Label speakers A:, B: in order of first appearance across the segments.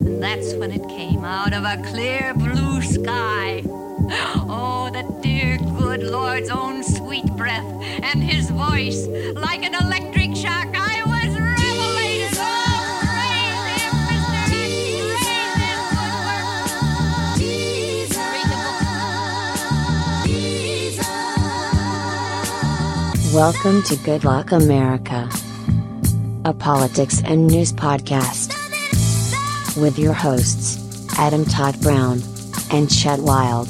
A: And that's when it came out of a clear blue sky. Oh, the dear good Lord's own sweet breath and his voice like an electric shock. I was revelated. Oh, praise him, Mr. Hicks. Praise his good work. Read the book.
B: Welcome to Good Luck America, a politics and news podcast with your hosts, Adam Todd Brown and Chet Wild.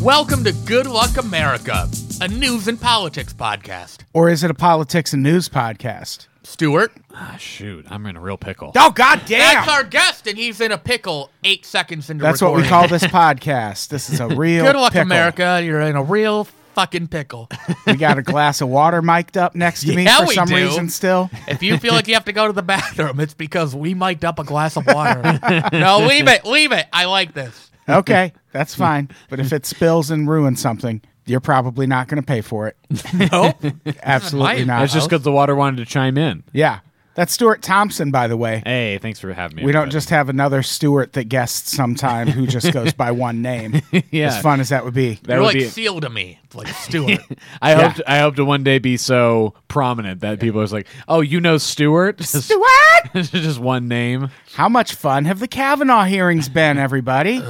C: Welcome to Good Luck America, a news and politics podcast.
D: Or is it a politics and news podcast?
C: Stuart,
E: Ah, shoot, I'm in a real pickle.
D: Oh god damn.
C: that's our guest, and he's in a pickle eight seconds into
D: That's what we
C: recording.
D: call this podcast. This is a real
C: Good Luck
D: pickle.
C: America. You're in a real fucking pickle.
D: We got a glass of water mic'd up next to me
C: Yeah,
D: for
C: we
D: some
C: do.
D: reason still.
C: if you feel like you have to go to the bathroom, it's because we mic'd up a glass of water. no, leave it, leave it. I like this.
D: Okay, that's fine. But if it spills and ruins something, you're probably not going to pay for it.
C: Nope.
D: Absolutely
C: Fine.
D: not.
E: That's just because the water wanted to chime in.
D: yeah. That's Stuart Thompson by the way.
E: Hey, thanks for having me.
D: We don't
E: everybody.
D: just have another Stuart that guests sometime who just goes by one name.
E: Yeah.
D: As fun as that would be.
E: That
C: You're
E: would
C: like
E: be-
C: sealed to me, like Stuart.
E: I
D: Yeah.
E: hope to, I hope to one day be so prominent that people are just like, oh, you know Stewart? Just,
D: Stuart!
E: just one name.
D: How much fun have the Kavanaugh hearings been, everybody?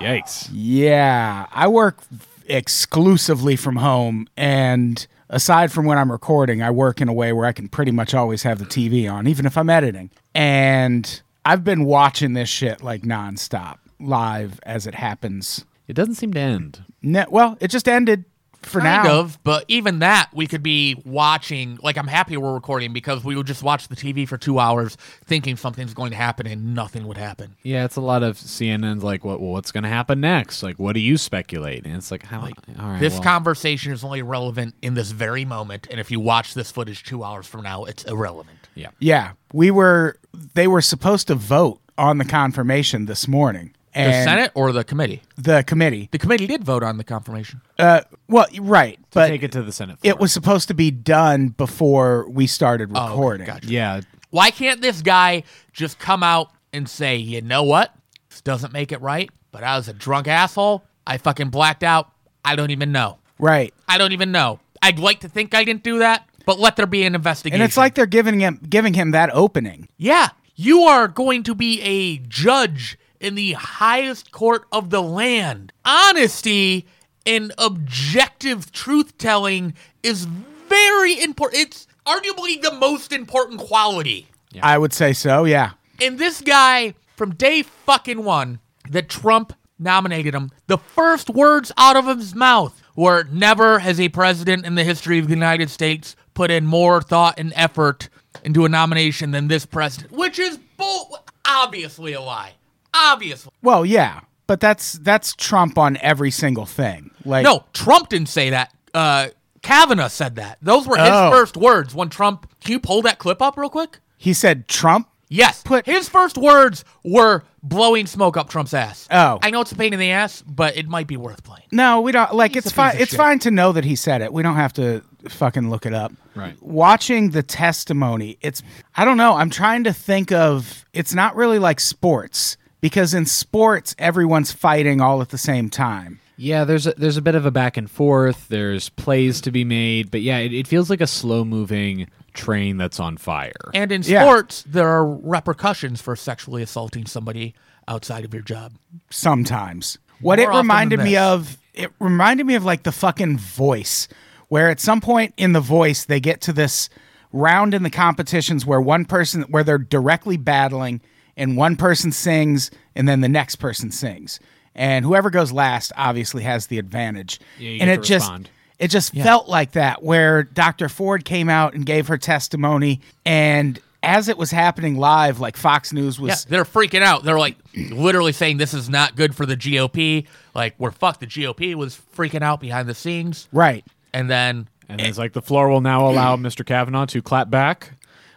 E: Yikes!
D: Yeah, I work exclusively from home, and aside from when I'm recording, I work in a way where I can pretty much always have the TV on, even if I'm editing. And I've been watching this shit like nonstop, live as it happens.
E: It doesn't seem to end.
D: Ne- well, it just ended for
C: Kind
D: now.
C: of, but even that we could be watching. Like I'm happy we're recording because we would just watch the TV for two hours, thinking something's going to happen and nothing would happen.
E: Yeah, it's a lot of CNN's like, what? Well, what's going to happen next? Like, what do you speculate? And it's like, how? all right,
C: This
E: well,
C: conversation is only relevant in this very moment, and if you watch this footage two hours from now, it's irrelevant.
E: yeah.
D: Yeah, we were. They were supposed to vote on the confirmation this morning.
C: The
D: And
C: Senate or the committee?
D: the committee.
C: The committee did vote on the confirmation.
D: Well, right, but
E: Take it to the Senate.
D: It
E: floor.
D: was supposed to be done before we started
C: Oh, okay,
D: recording.
C: gotcha.
E: Yeah,
C: Why can't this guy just come out and say, you know what? This doesn't make it right, but I was a drunk asshole. I fucking blacked out. I don't even know.
D: Right.
C: I don't even know. I'd like to think I didn't do that, but let there be an investigation.
D: And it's like they're giving him giving him that opening.
C: yeah, you are going to be a judge in the highest court of the land. Honesty and objective truth telling is very important. It's arguably the most important quality.
D: I would say so, yeah.
C: And this guy, from day fucking one that Trump nominated him, the first words out of his mouth were never has a president in the history of the United States put in more thought and effort into a nomination than this president, which is bull- obviously a lie. Obviously.
D: Well, yeah. But that's that's Trump on every single thing. Like
C: No, Trump didn't say that. Uh, Kavanaugh said that. Those were his
D: Oh.
C: first words when Trump. Can you pull that clip up real quick?
D: he said Trump.
C: Yes.
D: Put-
C: his first words were blowing smoke up Trump's ass.
D: Oh.
C: I know it's a pain in the ass, but it might be worth playing.
D: No, we don't like it's
C: a piece
D: fine
C: of
D: it's
C: shit.
D: fine to know that he said it. We don't have to fucking look it up.
E: Right.
D: Watching the testimony, it's I don't know, I'm trying to think of it's not really like sports because in sports everyone's fighting all at the same time.
E: Yeah, there's a, there's a bit of a back and forth. There's plays to be made, but yeah, it, it feels like a slow moving train that's on fire.
C: And in
D: Yeah.
C: sports, there are repercussions for sexually assaulting somebody outside of your job.
D: sometimes. What
C: More
D: it
C: often
D: reminded
C: than
D: me
C: this.
D: of, it reminded me of like the fucking voice, where at some point in the voice, they get to this round in the competitions where one person, where they're directly battling and one person sings and then the next person sings. And whoever goes last obviously has the advantage.
E: Yeah, you
D: and
E: get
D: it
E: to
D: just,
E: respond.
D: it just felt like that where Dr. Ford came out and gave her testimony and as it was happening live like Fox News was
C: Yeah, they're freaking out. They're like literally saying this is not good for the GOP. Like we're fucked. The GOP was freaking out behind the scenes,
D: right
C: and then
E: And it's like the floor will now allow Mr. Kavanaugh to clap back.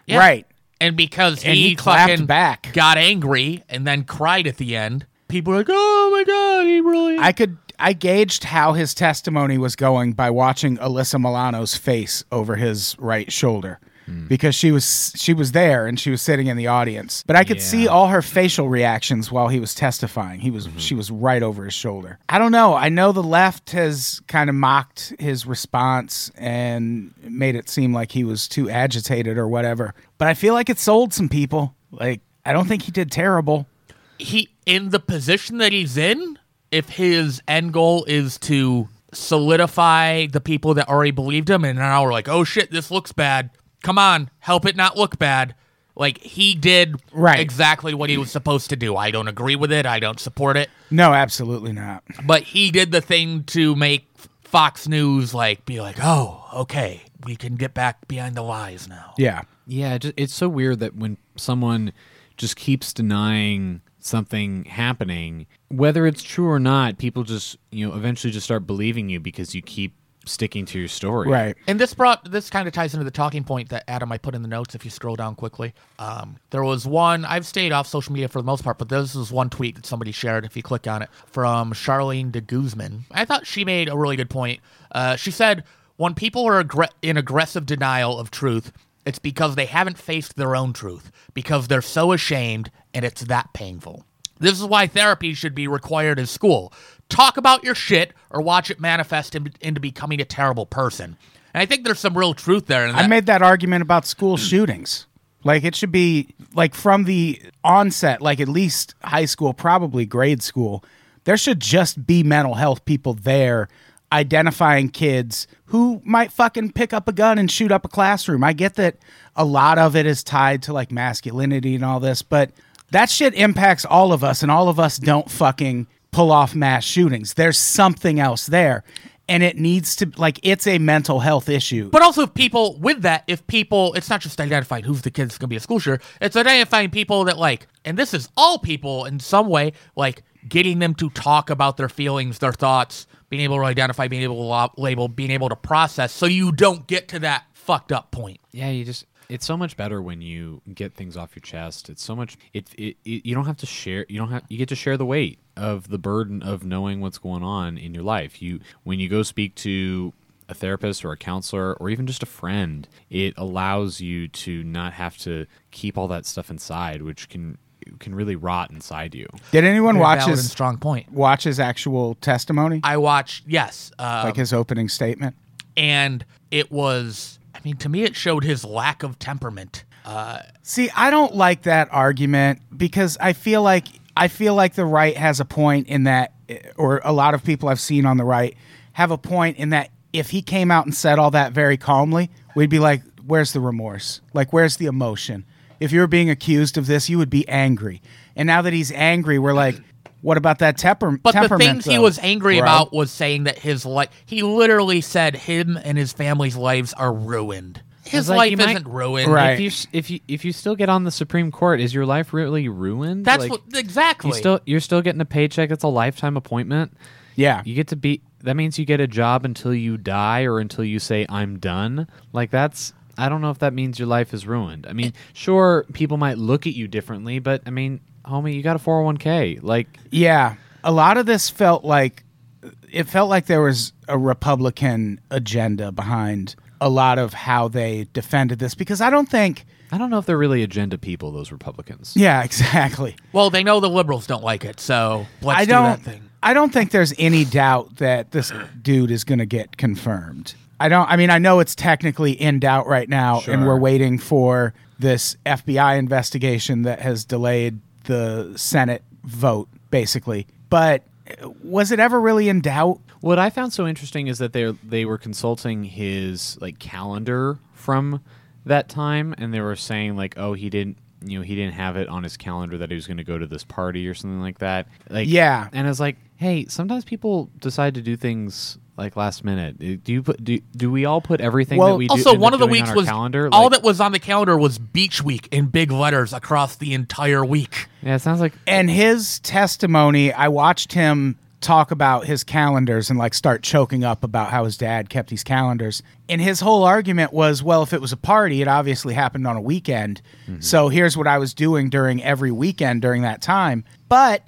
C: yeah.
D: right
C: and because
D: And
C: he,
D: he clapped
C: fucking
D: back.
C: got angry and then cried at the end. People are like, "Oh my god, he really."
D: I could I gauged how his testimony was going by watching Alyssa Milano's face over his right shoulder. because she was she was there and she was sitting in the audience. But I could see
E: Yeah.
D: all her facial reactions while he was testifying. He was she was right over his shoulder. I don't know. I know the left has kind of mocked his response and made it seem like he was too agitated or whatever. But I feel like it sold some people. Like I don't think he did terrible.
C: he in the position that he's in if his end goal is to solidify the people that already believed him and now we're like oh shit this looks bad come on help it not look bad like he did
D: Right.
C: exactly what he was supposed to do i don't agree with it i don't support it
D: No, absolutely not.
C: but he did the thing to make fox news like be like oh okay we can get back behind the lies now
D: Yeah.
E: Yeah, ju- it's so weird that when someone just keeps denying something happening, whether it's true or not, people just, you know, eventually just start believing you because you keep sticking to your story.
D: Right.
C: And this brought this kind of ties into the talking point that Adam I put in the notes. If you scroll down quickly, um, there was one. I've stayed off social media for the most part, but this is one tweet that somebody shared. If you click on it, from Charlene de Guzman, I thought she made a really good point. Uh, she said, "When people are aggr- in aggressive denial of truth, it's because they haven't faced their own truth because they're so ashamed, and it's that painful." This is why therapy should be required in school. Talk about your shit or watch it manifest in, into becoming a terrible person. And I think there's some real truth there. In that.
D: I made that argument about school shootings. Like it should be like from the onset, like at least high school, probably grade school, there should just be mental health people there identifying kids who might fucking pick up a gun and shoot up a classroom. I get that a lot of it is tied to like masculinity and all this, but that shit impacts all of us and all of us don't fucking pull off mass shootings. There's something else there and it needs to like it's a mental health issue.
C: but also, if people with that, if people, it's not just identifying who's the kid that's going to be a school shooter, it's identifying people that, like, and this is all people in some way, like, getting them to talk about their feelings, their thoughts, being able to identify, being able to lo- label, being able to process so you don't get to that fucked up point.
E: Yeah, you just it's so much better when you get things off your chest. It's so much it, it, it you don't have to share you don't have you get to share the weight of the burden of knowing what's going on in your life. You when you go speak to a therapist or a counselor or even just a friend, it allows you to not have to keep all that stuff inside which can can really rot inside you.
D: Did anyone
C: Very
D: watch
C: valid and
D: his
C: strong point.
D: watch his actual testimony,
C: I watched, yes. Uh,
D: like his opening statement?
C: and it was i mean to me it showed his lack of temperament uh,
D: See, I don't like that argument because I feel like I feel like the right has a point in that, eh, or a lot of people I've seen on the right have a point in that. If he came out and said all that very calmly, we'd be like, "Where's the remorse? Like, where's the emotion?" If you were being accused of this, you would be angry. And now that he's angry, we're like, "What about that temper-
C: but the
D: temperament?"
C: things he
D: though,
C: was angry
D: bro?"
C: about was saying that his life he literally said him and his family's lives are ruined his
E: like,
C: life
E: you might-
C: isn't ruined
D: Right.
E: If you s- if you if you still get on the Supreme Court, is your life really ruined?
C: that's
E: Like,
C: what exactly
E: you still you're still getting a paycheck. It's a lifetime appointment.
D: Yeah,
E: You get to be that means you get a job until you die or until you say I'm done. Like that's I don't know if that means your life is ruined. I mean, sure people might look at you differently, but I mean, homie, you got a 401k. Like
D: Yeah, a lot of this felt like it felt like there was a Republican agenda behind a lot of how they defended this because I don't think.
E: I don't know if they're really agenda people those Republicans.
D: Yeah, exactly.
C: well they know the liberals don't like it so let's
D: I
C: do
D: don't.
C: that thing
D: I don't think there's any doubt that this dude is going to get confirmed. I don't. I mean, I know it's technically in doubt right now, and we're waiting for this FBI investigation that has delayed the Senate vote, basically. But uh, was it ever really in doubt?
E: What I found so interesting is that they they were consulting his like calendar from that time, and they were saying like, oh, he didn't, you know, he didn't have it on his calendar that he was going to go to this party or something like that. Like,
D: Yeah.
E: and it's like, hey, sometimes people decide to do things like last minute. Uh, Do you put do, do we all put everything
D: Well,
E: that we do,
C: also
E: end up
C: one of the
E: doing on
C: weeks
E: our
C: was
E: calendar?
C: all
E: Like,
C: that was on the calendar was beach week in big letters across the entire week
E: Yeah, it sounds like
D: and his testimony i watched him talk about his calendars and like start choking up about how his dad kept these calendars. And his whole argument was, well, if it was a party, it obviously happened on a weekend. So here's what I was doing during every weekend during that time. But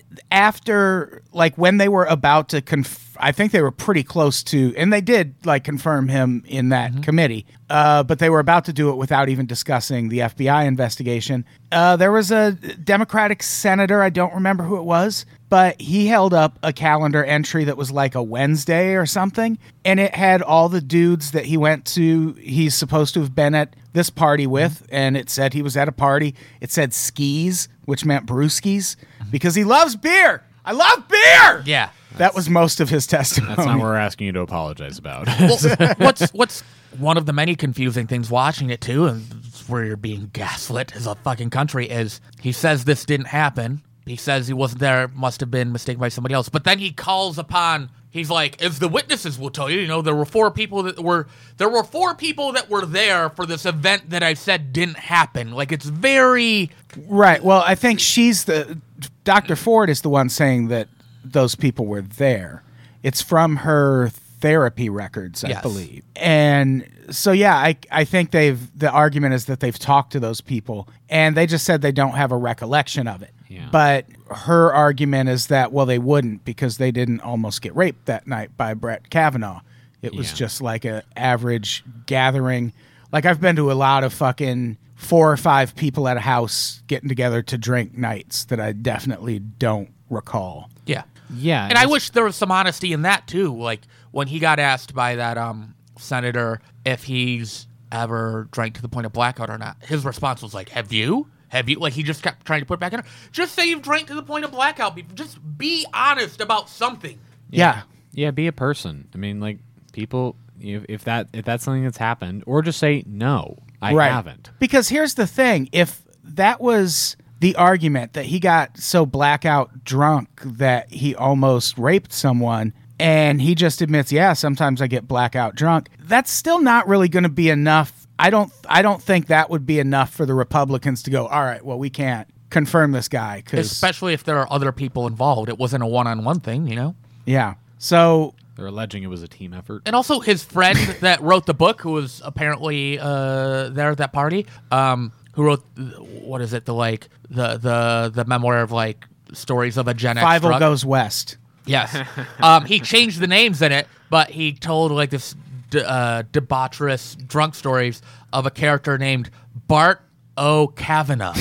D: after, like, when they were about to conf- I think they were pretty close to, and they did like confirm him in that committee. Uh, but they were about to do it without even discussing the FBI investigation. Uh, there was a Democratic senator, I don't remember who it was, but he held up a calendar entry that was like a Wednesday or something, and it had all the dudes that he went to. He's supposed to have been at this party with, and it said he was at a party. It said skis, which meant brewskis, because he loves beer. I love beer.
C: Yeah.
D: That was most of his testimony.
E: That's not what we're asking you to apologize about.
C: Well, what's what's one of the many confusing things watching it too, and it's where you're being gaslit as a fucking country is he says this didn't happen. He says he wasn't there, must have been mistaken by somebody else. But then he calls upon he's like, as the witnesses will tell you, you know, there were four people that were there were four people that were there for this event that I said didn't happen. Like it's very
D: Right. Well, I think she's the Dr. Ford is the one saying that those people were there. It's from her therapy records, I
C: Yes.
D: believe. And so yeah, I I think they've the argument is that they've talked to those people and they just said they don't have a recollection of it.
E: Yeah.
D: But her argument is that well they wouldn't because they didn't almost get raped that night by Brett Kavanaugh. It was
E: Yeah.
D: just like a average gathering. Like I've been to a lot of fucking four or five people at a house getting together to drink nights that I definitely don't recall.
C: Yeah.
E: Yeah,
C: And I
E: it's-
C: wish there was some honesty in that too. Like when he got asked by that um senator if he's ever drank to the point of blackout or not, his response was like, Have you? Have you like he just kept trying to put it back in just say you've drank to the point of blackout. Be- Just be honest about something.
D: Yeah.
E: Yeah, be a person. I mean, like people, if, if that if that's something that's happened, or just say no, I haven't.
D: Because here's the thing if that was the argument that he got so blackout drunk that he almost raped someone and he just admits, yeah, sometimes I get blackout drunk, that's still not really going to be enough. I don't I don't think that would be enough for the Republicans to go, all right, well, we can't confirm this guy cuz
C: Especially if there are other people involved. It wasn't a one on one thing, you know?
D: yeah. So
E: They're alleging it was a team effort.
C: and also his friend that wrote the book, who was apparently uh, there at that party, um, who wrote th- what is it the like the the the memoir of like stories of a Gen X.
D: 5
C: drug-
D: goes west.
C: Yes, um, he changed the names in it, but he told like this d- uh, debaucherous drunk stories of a character named Bart O. Kavanaugh.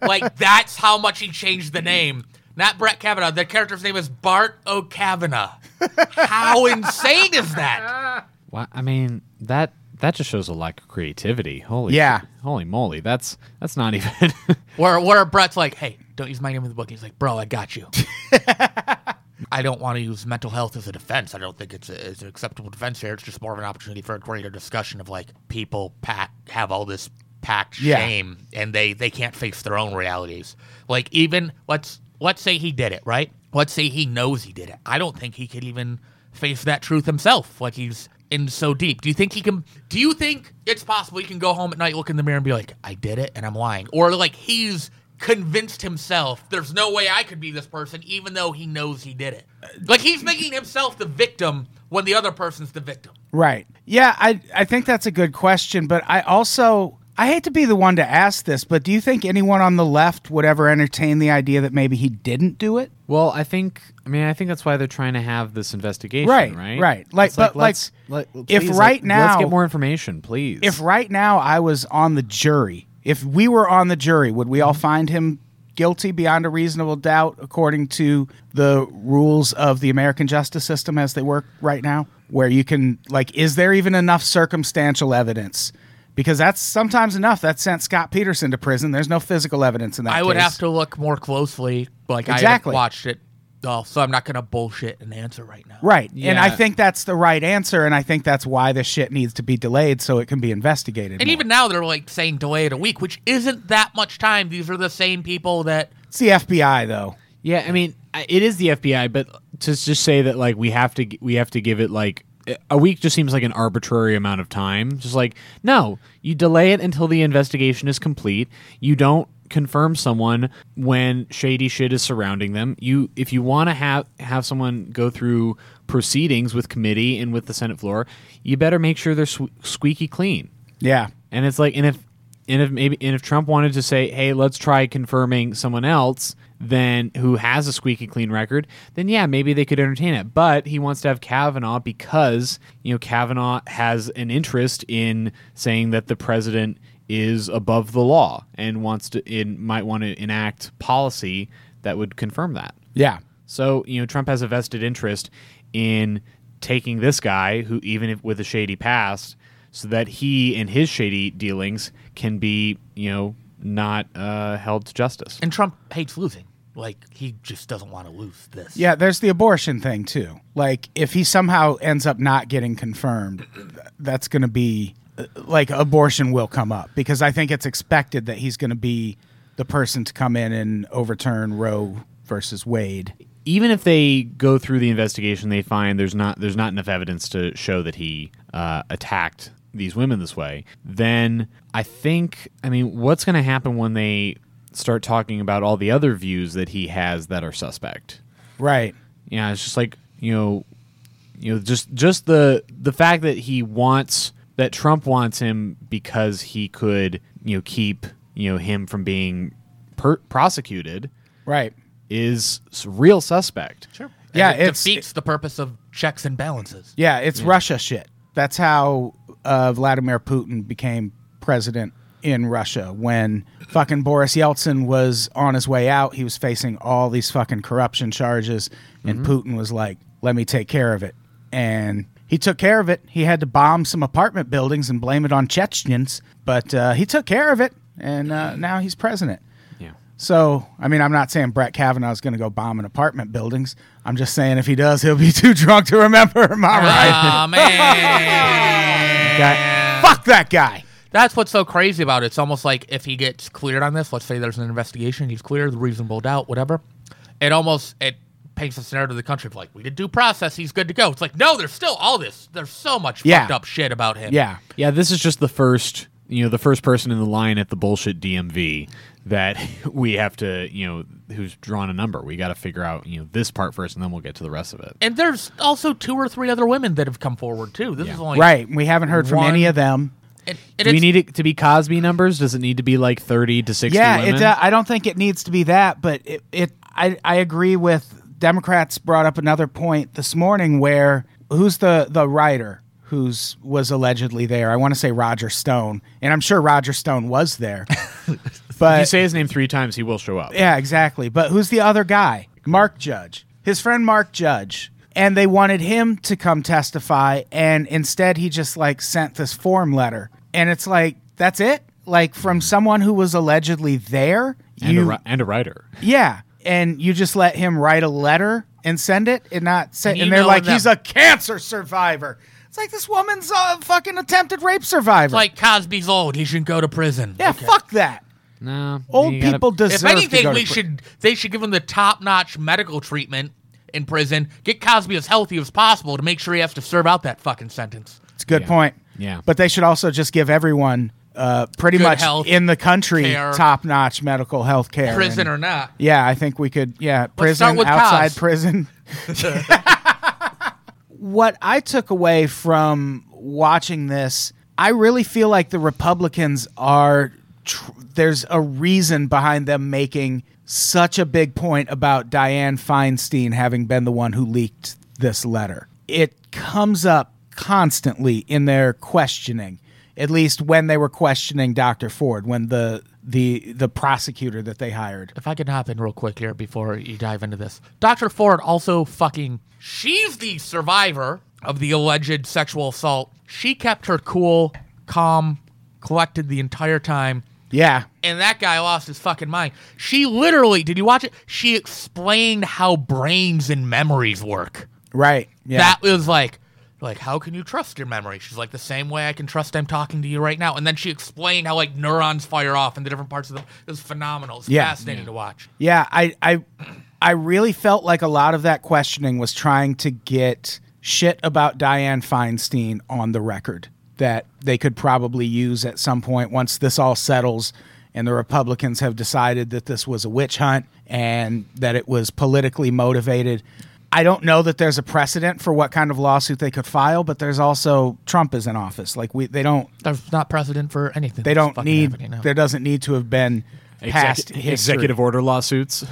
C: like that's how much he changed the name. Not Brett Kavanaugh. The character's name is Bart O. Kavanaugh. How insane is that?
E: Why I mean that that just shows a lack of creativity. Holy
D: Yeah.
E: shit. holy moly, that's that's not even.
C: Where where Brett's like, hey, don't use my name in the book. He's like, bro, I got you. I don't want to use mental health as a defense. I don't think it's, a, it's an acceptable defense here. It's just more of an opportunity for a greater discussion of like people pack have all this packed
D: Yeah.
C: shame and they they can't face their own realities. Like even let's let's say he did it right. Let's say he knows he did it. I don't think he could even face that truth himself. Like he's in so deep. Do you think he can? Do you think it's possible he can go home at night, look in the mirror, and be like, "I did it," and I'm lying, or like he's convinced himself there's no way I could be this person, even though he knows he did it. Like he's making himself the victim when the other person's the victim.
D: Right. Yeah, I I think that's a good question, but I also I hate to be the one to ask this, but do you think anyone on the left would ever entertain the idea that maybe he didn't do it?
E: well, I think I mean I think that's why they're trying to have this investigation,
D: Right,
E: right?
D: right. Like,
E: It's
D: but, like,
E: let's- let-
D: if
E: please,
D: right
E: let- let's
D: now-
E: get more information, please.
D: If right now I was on the jury, if we were on the jury, would we all find him guilty beyond a reasonable doubt according to the rules of the American justice system as they work right now? Where you can like is there even enough circumstantial evidence? Because that's sometimes enough. That sent Scott Peterson to prison. There's no physical evidence in that
C: I would
D: case.
C: have to look more closely. Like I haven't
D: Exactly.
C: watched it, all, so I'm not gonna bullshit an answer right now.
D: Right. And I
E: Yeah.
D: think that's the right answer. And I think that's why this shit needs to be delayed so it can be investigated.
C: And
D: more.
C: even now they're like saying delay it a week, which isn't that much time. These are the same people that
D: it's the FBI, though.
E: Yeah, I mean, I- it is the FBI, but to s- just say that like we have to g- we have to give it like a week just seems like an arbitrary amount of time. Just like no, you delay it until the investigation is complete. You don't confirm someone when shady shit is surrounding them. You if you want to have have someone go through proceedings with committee and with the Senate floor, you better make sure they're sque- squeaky clean.
D: Yeah.
E: And it's like, and if and if maybe and if Trump wanted to say, hey, let's try confirming someone else, then who has a squeaky clean record, then yeah, maybe they could entertain it. But he wants to have Kavanaugh because you know Kavanaugh has an interest in saying that the president is above the law and wants to in might want to enact policy that would confirm that.
D: Yeah.
E: So you know, Trump has a vested interest in taking this guy, who even if with a shady past, so that he and his shady dealings can be you know not uh, held to justice.
C: And Trump hates losing. Like he just doesn't want to lose this.
D: Yeah, there's the abortion thing too. Like if he somehow ends up not getting confirmed, th- that's going to be uh, like abortion will come up because I think it's expected that he's going to be the person to come in and overturn Roe versus Wade.
E: Even if they go through the investigation, they find there's not there's not enough evidence to show that he uh, attacked these women this way. Then I think I mean, what's going to happen when they start talking about all the other views that he has that are suspect?
D: Right.
E: yeah it's just like you know you know just just the the fact that he wants that trump wants him because he could you know keep you know him from being per- prosecuted
D: Right.
E: is s- real suspect
C: sure. And
D: Yeah,
C: it
D: it's-
C: defeats the purpose of checks and balances.
D: Yeah, it's Russia shit. That's how uh, Vladimir Putin became president in Russia when fucking Boris Yeltsin was on his way out. He was facing all these fucking corruption charges, and Putin was like, let me take care of it. And he took care of it. He had to bomb some apartment buildings and blame it on Chechens, but uh, he took care of it, and uh, now he's president.
E: yeah
D: So, I mean, I'm not saying Brett Kavanaugh is going to go bombing apartment buildings. I'm just saying if he does, he'll be too drunk to remember. Am I right?
C: Aw, Ah, man.
D: guy. Fuck that guy.
C: That's what's so crazy about it. It's almost like if he gets cleared on this, let's say there's an investigation, he's cleared, reasonable doubt, whatever. It almost it paints a scenario to the country of like we did due process, he's good to go. It's like no, there's still all this. There's so much
D: Yeah.
C: fucked up shit about him.
D: Yeah.
E: yeah this is just the first you know the first person in the line at the bullshit dmv that we have to you know who's drawn a number we got to figure out you know this part first and then we'll get to the rest of it
C: And there's also two or three other women that have come forward too. This is only
D: Right. We haven't heard from
C: One-
D: any of them.
C: And, and
E: do we
C: it's-
E: need it to be cosby numbers does it need to be like 30 to 60
D: Yeah,
E: women?
D: it, uh, I don't think it needs to be that, but it, it I, I agree with Democrats brought up another point this morning where who's the the writer who's was allegedly there? I want to say Roger Stone, and I'm sure Roger Stone was there. but
E: you say his name three times, he will show up.
D: Yeah, exactly. But who's the other guy? Mark Judge. His friend Mark Judge. And they wanted him to come testify and instead he just like sent this form letter. And it's like that's it? Like from someone who was allegedly there?
E: and,
D: you
E: a, ri- and a writer.
D: Yeah. And you just let him write a letter and send it and not send
C: And
D: and they're
C: emailing
D: like
C: them.
D: he's a cancer survivor. It's like this woman's a fucking attempted rape survivor.
C: It's like Cosby's old. He should go to prison.
D: yeah,
C: Okay.
D: fuck that.
E: No,
D: Old people deserve
C: If
D: to go
C: anything,
D: to
C: we
D: pri-
C: should they should give him the top notch medical treatment in prison. Get Cosby as healthy as possible to make sure he has to serve out that fucking sentence.
D: It's a good
E: Yeah.
D: point.
E: Yeah.
D: But they should also just give everyone uh, pretty
C: Good
D: much
C: health
D: in the country
C: care.
D: top notch medical health care.
C: Prison
D: And-
C: or not.
D: Yeah, I think we could. Yeah,
C: start
D: prison,
C: with
D: outside
C: Cos.
D: prison. what I took away from watching this, I really feel like the Republicans are. Tr- there's a reason behind them making such a big point about Dianne Feinstein having been the one who leaked this letter. It comes up constantly in their questioning at least when they were questioning Dr. Ford, when the the the prosecutor that they hired.
C: If I could hop in real quick here before you dive into this. Dr. Ford also fucking she's the survivor of the alleged sexual assault. She kept her cool, calm, collected the entire time.
D: Yeah.
C: and that guy lost his fucking mind. She literally, did you watch it? She explained how brains and memories work.
D: Right. Yeah.
C: That was like, like how can you trust your memory? She's like the same way I can trust I'm talking to you right now. And then she explained how like neurons fire off and the different parts of them. It was phenomenal. It's
D: Yeah.
C: fascinating to watch.
D: yeah, I I I really felt like a lot of that questioning was trying to get shit about Diane Feinstein on the record that they could probably use at some point once this all settles and the Republicans have decided that this was a witch hunt and that it was politically motivated. I don't know that there's a precedent for what kind of lawsuit they could file, but there's also Trump is in office. Like we, they don't,
C: There's not precedent for anything.
D: they
C: that's
D: don't
C: fucking
D: need.
C: happening now.
D: There doesn't need to have been past
E: Execu-
D: history.
E: executive order lawsuits.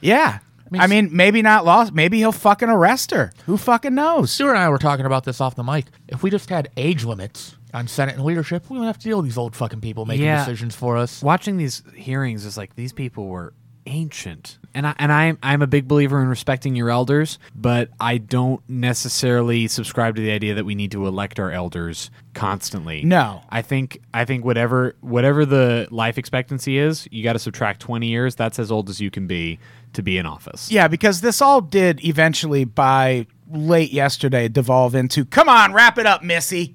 D: Yeah. I mean, maybe not lost. Maybe he'll fucking arrest her. Who fucking knows?
C: Sue and I were talking about this off the mic. If we just had age limits on Senate and leadership, we wouldn't have to deal with these old fucking people making
E: Yeah.
C: decisions for us.
E: Watching these hearings is like these people were ancient, and I and I'm I'm a big believer in respecting your elders, but I don't necessarily subscribe to the idea that we need to elect our elders constantly.
D: No.
E: I think I think whatever whatever the life expectancy is, you got to subtract 20 years. That's as old as you can be to be in office.
D: Yeah, because this all did eventually by late yesterday devolve into come on, wrap it up, Missy.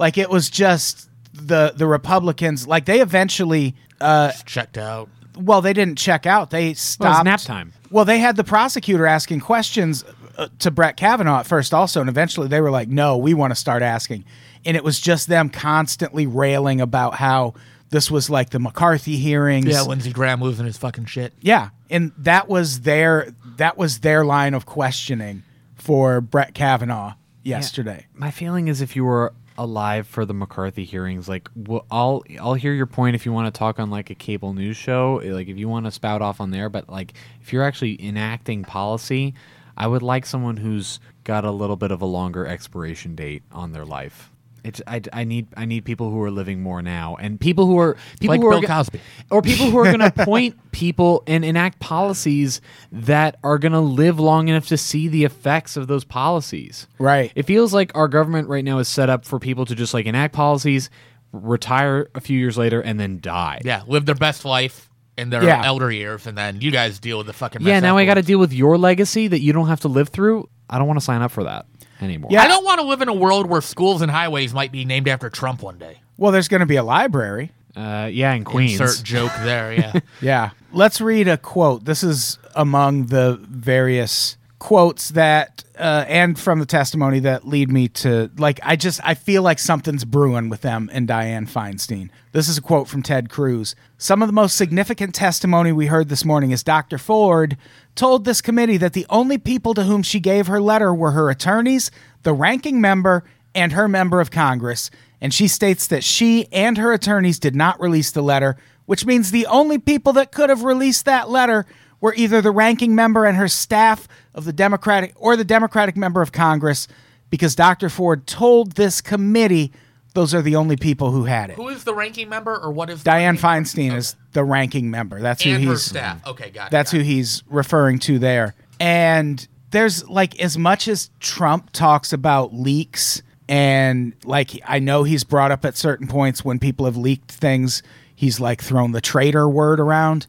D: Like it was just the the Republicans like they eventually uh
C: It's checked out.
D: well they didn't check out. They stopped
E: nap time.
D: Well, they had the prosecutor asking questions uh, to Brett Kavanaugh at first also and eventually they were like, "No, we want to start asking." And it was just them constantly railing about how this was like the McCarthy hearings.
C: Yeah, Lindsey Graham losing his fucking shit.
D: Yeah, and that was their that was their line of questioning for Brett Kavanaugh yesterday.
E: My feeling is if you were alive for the McCarthy hearings, like well, I'll I'll hear your point if you want to talk on like a cable news show, eh, like if you want to spout off on there. But like if you're actually enacting policy, I would like someone who's got a little bit of a longer expiration date on their life. It's I, I need I need people who are living more now and people who are people
C: Like
E: who
C: Bill
E: are, go-
C: Cosby.
E: or people who are going to appoint people and enact policies that are going to live long enough to see the effects of those policies.
D: Right.
E: It feels like our government right now is set up for people to just like enact policies, retire a few years later, and then die.
C: Yeah, live their best life in their
D: Yeah.
C: elder years, and then you guys deal with the fucking.
E: Yeah,
C: mess
E: now I got to
C: afterwards.
E: deal with your legacy that you don't have to live through. I don't want to sign up for that anymore.
D: Yeah.
C: I don't want to live in a world where schools and highways might be named after Trump one day.
D: Well, there's going to be a library.
E: Uh, yeah, in Queens.
C: Insert joke there. Yeah.
D: Yeah. Let's read a quote. This is among the various quotes that uh, and from the testimony that lead me to like I just I feel like something's brewing with them and Diane Feinstein. This is a quote from Ted Cruz. Some of the most significant testimony we heard this morning is Dr. Ford told this committee that the only people to whom she gave her letter were her attorneys, the ranking member, and her member of Congress, and she states that she and her attorneys did not release the letter, which means the only people that could have released that letter were either the ranking member and her staff of the Democratic or the Democratic member of Congress, because Dr. Ford told this committee those are the only people who had it.
C: who is the ranking member, or what is the
D: Diane
C: ranking-
D: Feinstein is the ranking member. That's
C: and
D: who
C: her
D: he's
C: staff? Okay, got it.
D: that's who he's referring to there. And there's like as much as Trump talks about leaks and like I know he's brought up at certain points when people have leaked things, he's like thrown the traitor word around.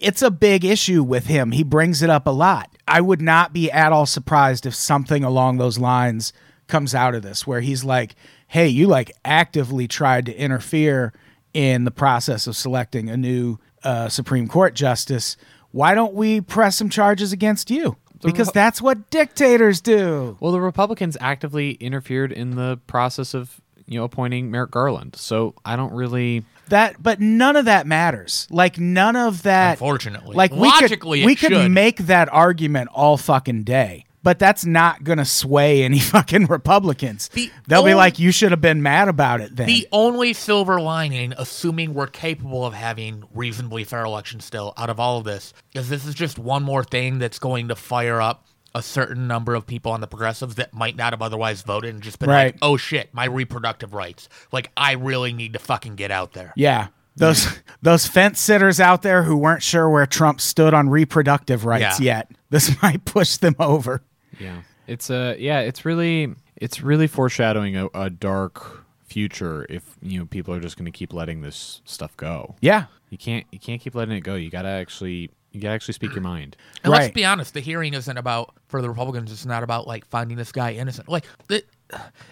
D: It's a big issue with him. He brings it up a lot. I would not be at all surprised if something along those lines comes out of this where he's like, "Hey, you like actively tried to interfere in the process of selecting a new uh, Supreme Court justice. Why don't we press some charges against you? Because that's what dictators do.
E: Well, the Republicans actively interfered in the process of you know appointing Merrick Garland, so I don't really.
D: That, but none of that matters. Like none of that.
C: Unfortunately.
D: like we
C: Logically,
D: could,
C: it
D: we could
C: should.
D: make that argument all fucking day. But that's not gonna sway any fucking Republicans.
C: The
D: They'll be
C: only-
D: like, "You should have been mad about it." Then
C: The only silver lining, assuming we're capable of having reasonably fair elections still out of all of this, is this is just one more thing that's going to fire up a certain number of people on the progressives that might not have otherwise voted and just been
D: Right.
C: like, oh shit, my reproductive rights. Like, I really need to fucking get out there.
D: Yeah. Those those fence sitters out there who weren't sure where Trump stood on reproductive rights
C: Yeah.
D: yet. This might push them over.
E: Yeah, it's uh, yeah, it's really it's really foreshadowing a, a dark future if you know people are just going to keep letting this stuff go.
D: Yeah.
E: You can't you can't keep letting it go. You gotta actually you gotta actually speak your mind.
C: And
D: Right.
C: let's be honest, the hearing isn't about for the Republicans. It's not about like finding this guy innocent. Like it,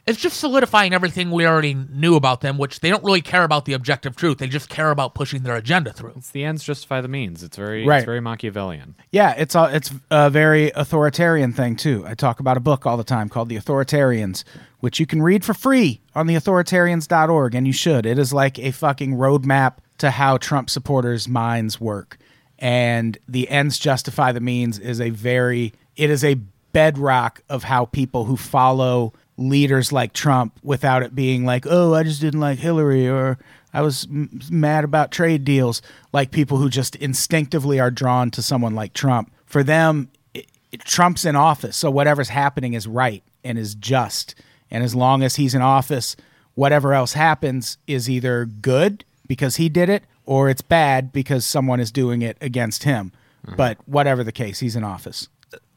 C: it's just solidifying everything we already knew about them, which they don't really care about the objective truth. They just care about pushing their agenda through.
E: It's the ends justify the means. It's very
D: Right.
E: it's very Machiavellian.
D: Yeah, it's all it's a very authoritarian thing too. I talk about a book all the time called The Authoritarians, which you can read for free on theauthoritarians.org and you should. It is like a fucking roadmap to how Trump supporters' minds work. And the ends justify the means is a very, it is a bedrock of how people who follow leaders like Trump without it being like, oh, I just didn't like Hillary or I was m- mad about trade deals, like people who just instinctively are drawn to someone like Trump. For them, it, it- Trump's in office, so whatever's happening is right and is just. And as long as he's in office, whatever else happens is either good because he did it or it's bad because someone is doing it against him. But whatever the case, he's in office.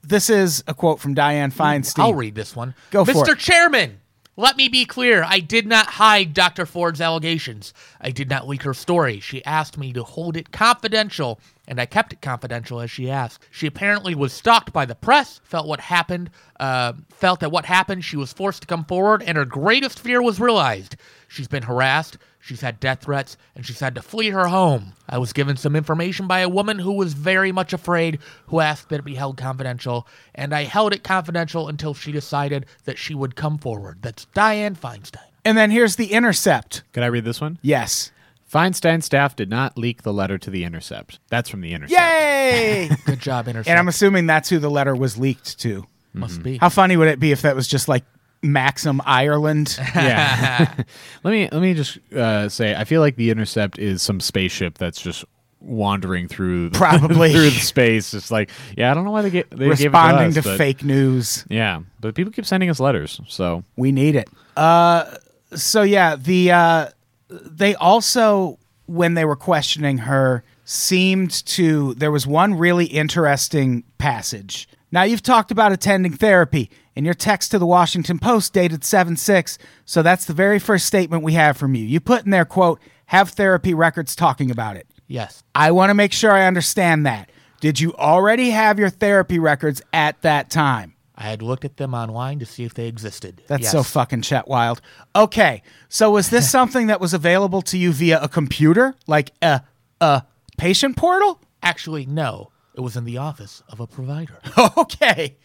D: This is a quote from Diane Feinstein.
C: I'll read this one.
D: Go
C: Mr.
D: for it.
C: Chairman, let me be clear. I did not hide Dr. Ford's allegations. I did not leak her story. She asked me to hold it confidential, and I kept it confidential as she asked. She apparently was stalked by the press, felt what happened, uh, felt that what happened, she was forced to come forward, and her greatest fear was realized. She's been harassed. She's had death threats and she's had to flee her home. I was given some information by a woman who was very much afraid, who asked that it be held confidential, and I held it confidential until she decided that she would come forward. That's Diane Feinstein.
D: And then here's the intercept.
E: Can I read this one?
D: Yes.
E: Feinstein staff did not leak the letter to the Intercept. That's from the Intercept.
D: Yay!
C: Good job, Intercept.
D: and I'm assuming that's who the letter was leaked to.
C: Must be.
D: How funny would it be if that was just like Maxim Ireland?
E: yeah. let me let me just uh, say, I feel like the Intercept is some spaceship that's just wandering through the,
D: Probably.
E: through the space. It's like, yeah, I don't know why they get they
D: responding
E: gave
D: to,
E: it to, us, but-
D: fake news.
E: Yeah, but people keep sending us letters, so
D: We need it. Uh, so yeah, the uh, they also when they were questioning her seemed to there was one really interesting passage. Now you've talked about attending therapy in your text to the Washington Post dated 7-6, so that's the very first statement we have from you. You put in there quote, have therapy records talking about it.
C: yes.
D: I want to make sure I understand that. Did you already have your therapy records at that time?
C: I had looked at them online to see if they existed.
D: That's
C: Yes.
D: so fucking Chet Wild. Okay, so was this something that was available to you via a computer, like a a patient portal?
C: Actually, no. It was in the office of a provider.
D: Okay,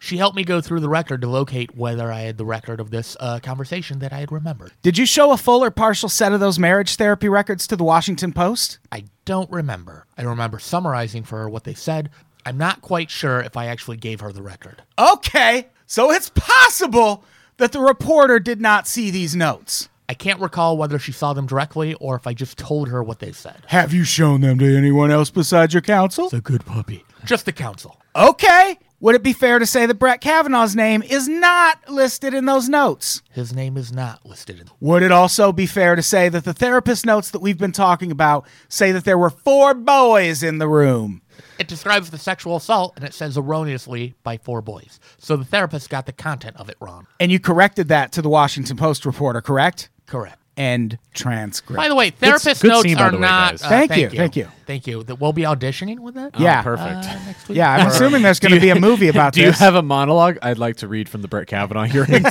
C: she helped me go through the record to locate whether I had the record of this uh, conversation that I had remembered.
D: did you show a full or partial set of those marriage therapy records to the Washington Post?
C: I don't remember. I remember summarizing for her what they said. I'm not quite sure if I actually gave her the record.
D: Okay, so it's possible that the reporter did not see these notes.
C: I can't recall whether she saw them directly or if I just told her what they said.
D: Have you shown them to anyone else besides your counsel?
C: The good puppy. Just the counsel.
D: Okay. Would it be fair to say that Brett Kavanaugh's name is not listed in those notes?
C: His name is not listed in.
D: Would it also be fair to say that the therapist notes that we've been talking about say that there were four boys in the room?
C: It describes the sexual assault and it says erroneously by four boys. So the therapist got the content of it wrong.
D: And you corrected that to the Washington Post reporter, correct?
C: Correct.
D: And transcript.
C: By the way, therapist
E: good
C: notes
E: scene, by
C: are
E: the way,
C: not.
E: guys.
C: uh,
D: Thank you, thank you.
C: Thank you. That we'll be auditioning with that.
D: yeah.
E: Oh, perfect.
C: next week.
D: yeah, I'm assuming there's going to be a movie Uh, about
E: Do
D: this.
E: you have a monologue? I'd like to read from the Brett Kavanaugh hearings.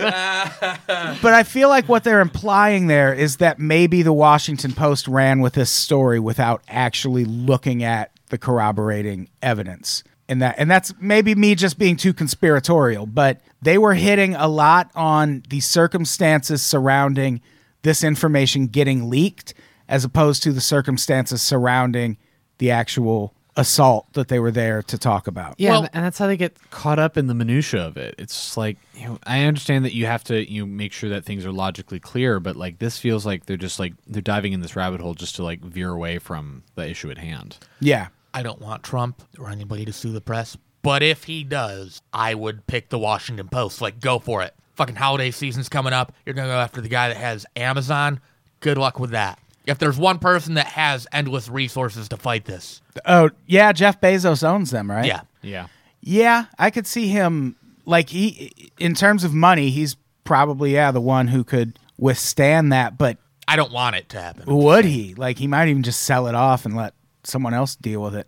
D: but I feel like what they're implying there is that maybe the Washington Post ran with this story without actually looking at the corroborating evidence. And that and that's maybe me just being too conspiratorial, but they were hitting a lot on the circumstances surrounding this information getting leaked as opposed to the circumstances surrounding the actual assault that they were there to talk about.
E: Yeah,
C: Well-
E: and- and that's how they get caught up in the minutia of it. It's just like you know, I understand that you have to you know, make sure that things are logically clear, but like this feels like they're just like they're diving in this rabbit hole just to like veer away from the issue at hand.
D: Yeah.
C: I don't want Trump or anybody to sue the press, but if he does, I would pick the Washington Post. Like, go for it. Fucking holiday season's coming up. You're going to go after the guy that has Amazon. Good luck with that. If there's one person that has endless resources to fight this,
D: Oh, yeah, Jeff Bezos owns them, right?
C: yeah.
E: Yeah,
D: Yeah, I could see him like he in terms of money, he's probably yeah, the one who could withstand that, but
C: I don't want it to happen.
D: would he? Like he might even just sell it off and let someone else deal with it.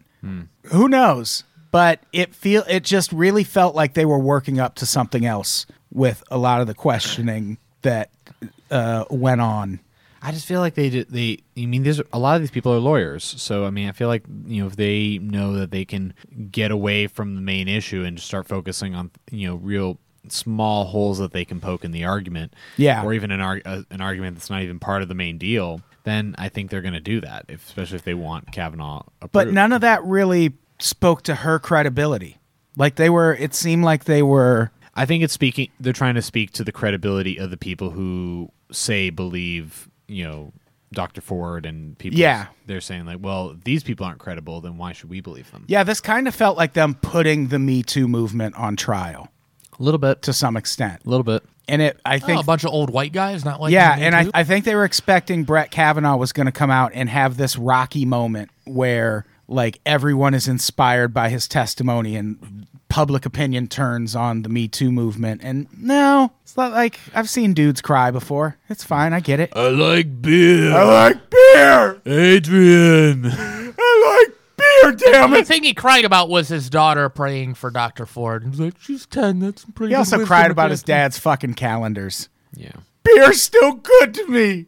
D: Who knows? But it feel it just really felt like they were working up to something else with a lot of the questioning that uh, went on.
E: I just feel like they did, they. I mean, there's a lot of these people are lawyers, so I mean, I feel like you know if they know that they can get away from the main issue and just start focusing on you know real
F: small holes that they can poke in the argument,
D: Yeah.
F: or even an arg- uh, an argument that's not even part of the main deal, then I think they're going to do that, if, especially if they want Kavanaugh approved.
D: But none of that really spoke to her credibility. Like they were, it seemed like they were.
F: I think it's speaking. They're trying to speak to the credibility of the people who say believe you know Dr. Ford and people.
D: Yeah.
F: they're saying like, well, these people aren't credible. Then why should we believe them?
D: Yeah, this kind of felt like them putting the Me Too movement on trial
F: a little bit.
D: to some extent.
F: A little bit.
D: And it, I
C: Oh,
D: think,
C: a bunch of old white guys, not like
D: yeah, and I, I think they were expecting Brett Kavanaugh was going to come out and have this rocky moment where like everyone is inspired by his testimony and public opinion turns on the Me Too movement. And no, it's not like I've seen dudes cry before. It's fine. I get it.
F: I like beer.
D: like beer.
F: Adrian.
D: I like beer. Damn
C: the thing he cried about was his daughter praying for Dr. Ford. He's like, she's 10. That's pretty
D: He
C: good
D: also
C: wisdom
D: cried
C: at
D: about
C: that
D: his
C: time."
D: dad's fucking calendars.
F: Yeah.
D: Beer's still good to me.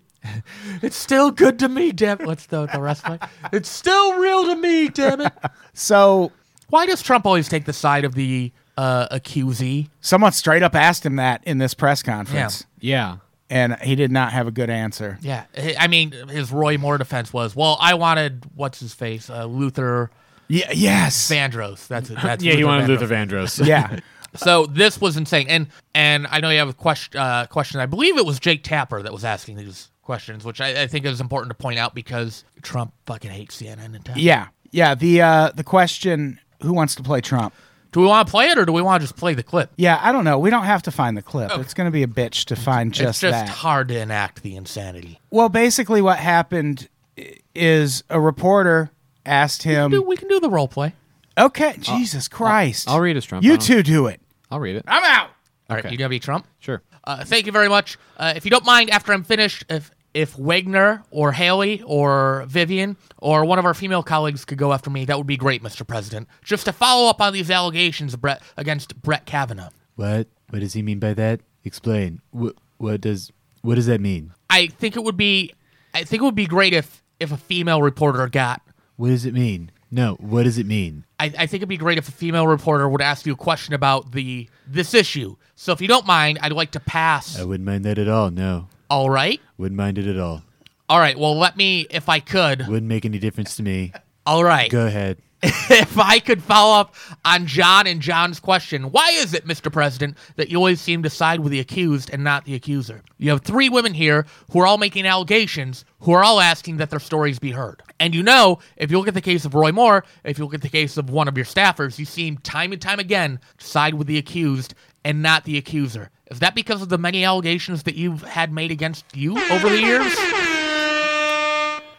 C: It's still good to me, damn it. What's the, the rest of it? It's still real to me, damn it.
D: So
C: Why does Trump always take the side of the uh, accusee?
D: someone straight up asked him that in this press conference,
F: Yeah.
D: and he did not have a good answer.
C: Yeah. I- I mean, his Roy Moore defense was, well, I wanted, what's his face? Uh, Luther
D: Yeah. Yes.
C: Vandross. That's it. That's
F: Yeah, he wanted
C: Vandross.
F: Luther Vandross.
D: Yeah.
C: So this was insane, and and I know you have a question. Uh, question. I believe it was Jake Tapper that was asking these questions, which I, I think is important to point out because Trump fucking hates CNN and Tapper.
D: yeah. Yeah. The uh, the question: Who wants to play Trump?
C: Do we want to play it or do we want to just play the clip?
D: Yeah, I don't know. We don't have to find the clip. It's going to be a bitch to find
C: it's
D: just,
C: just
D: that.
C: hard to enact the insanity.
D: well, basically, what happened i- is a reporter asked him.
C: Dude, we can do the role play.
D: Okay, Jesus Christ!
F: I'll read his Trump. I
D: You
F: don't-
D: two do it.
F: I'll read it.
D: I'm out.
C: All right,
F: Okay.
C: you gonna be Trump?
F: Sure.
C: Uh, thank you very much. Uh, if you don't mind, after I'm finished, if if Wagner or Haley or Vivian or one of our female colleagues could go after me, that would be great, Mr. President. Just to follow up on these allegations, Brett against Brett Kavanaugh.
F: What? What does he mean by that? Explain. What, what does what does that mean?
C: I think it would be I think it would be great if if a female reporter got
F: What does it mean? No, what does it mean?
C: I, I think it'd be great if a female reporter would ask you a question about the this issue. So if you don't mind, I'd like to pass.
F: wouldn't mind that at all. No.
C: All right.
F: Wouldn't mind it at all.
C: All right. Well, let me if I could.
F: Wouldn't make any difference to me.
C: All right.
F: ahead.
C: if I could follow up on John and John's question, why is it, Mr. President, that you always seem to side with the accused and not the accuser? You have three women here who are all making allegations, who are all asking that their stories be heard. And you know, if you look at the case of Roy Moore, if you look at the case of one of your staffers, you seem time and time again to side with the accused and not the accuser. Is that because of the many allegations that you've had made against you over the years?